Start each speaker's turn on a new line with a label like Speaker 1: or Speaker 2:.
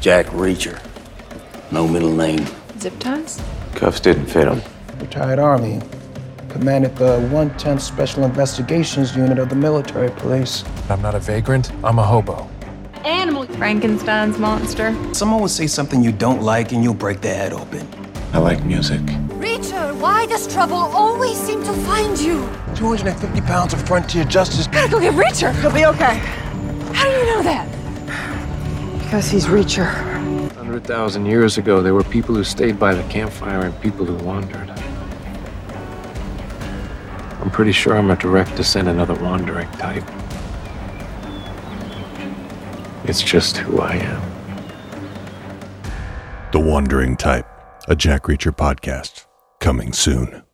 Speaker 1: Jack Reacher. No middle name.
Speaker 2: Zip ties?
Speaker 3: Cuffs didn't fit him.
Speaker 4: Retired Army. Commanded the 110th Special Investigations Unit of the military police.
Speaker 5: I'm not a vagrant, I'm a hobo.
Speaker 2: Animal. Frankenstein's monster.
Speaker 4: Someone will say something you don't like and you'll break their head open.
Speaker 3: I like music.
Speaker 6: Reacher, why does trouble always seem to find you?
Speaker 4: 250 pounds of frontier justice.
Speaker 6: Gotta go get Reacher. He'll be okay. How do you know that? Because he's Reacher.
Speaker 3: 100,000 years ago, there were people who stayed by the campfire and people who wandered. I'm pretty sure I'm a direct descendant of the wandering type. It's just who I am.
Speaker 7: The Wandering Type, a Jack Reacher podcast, coming soon.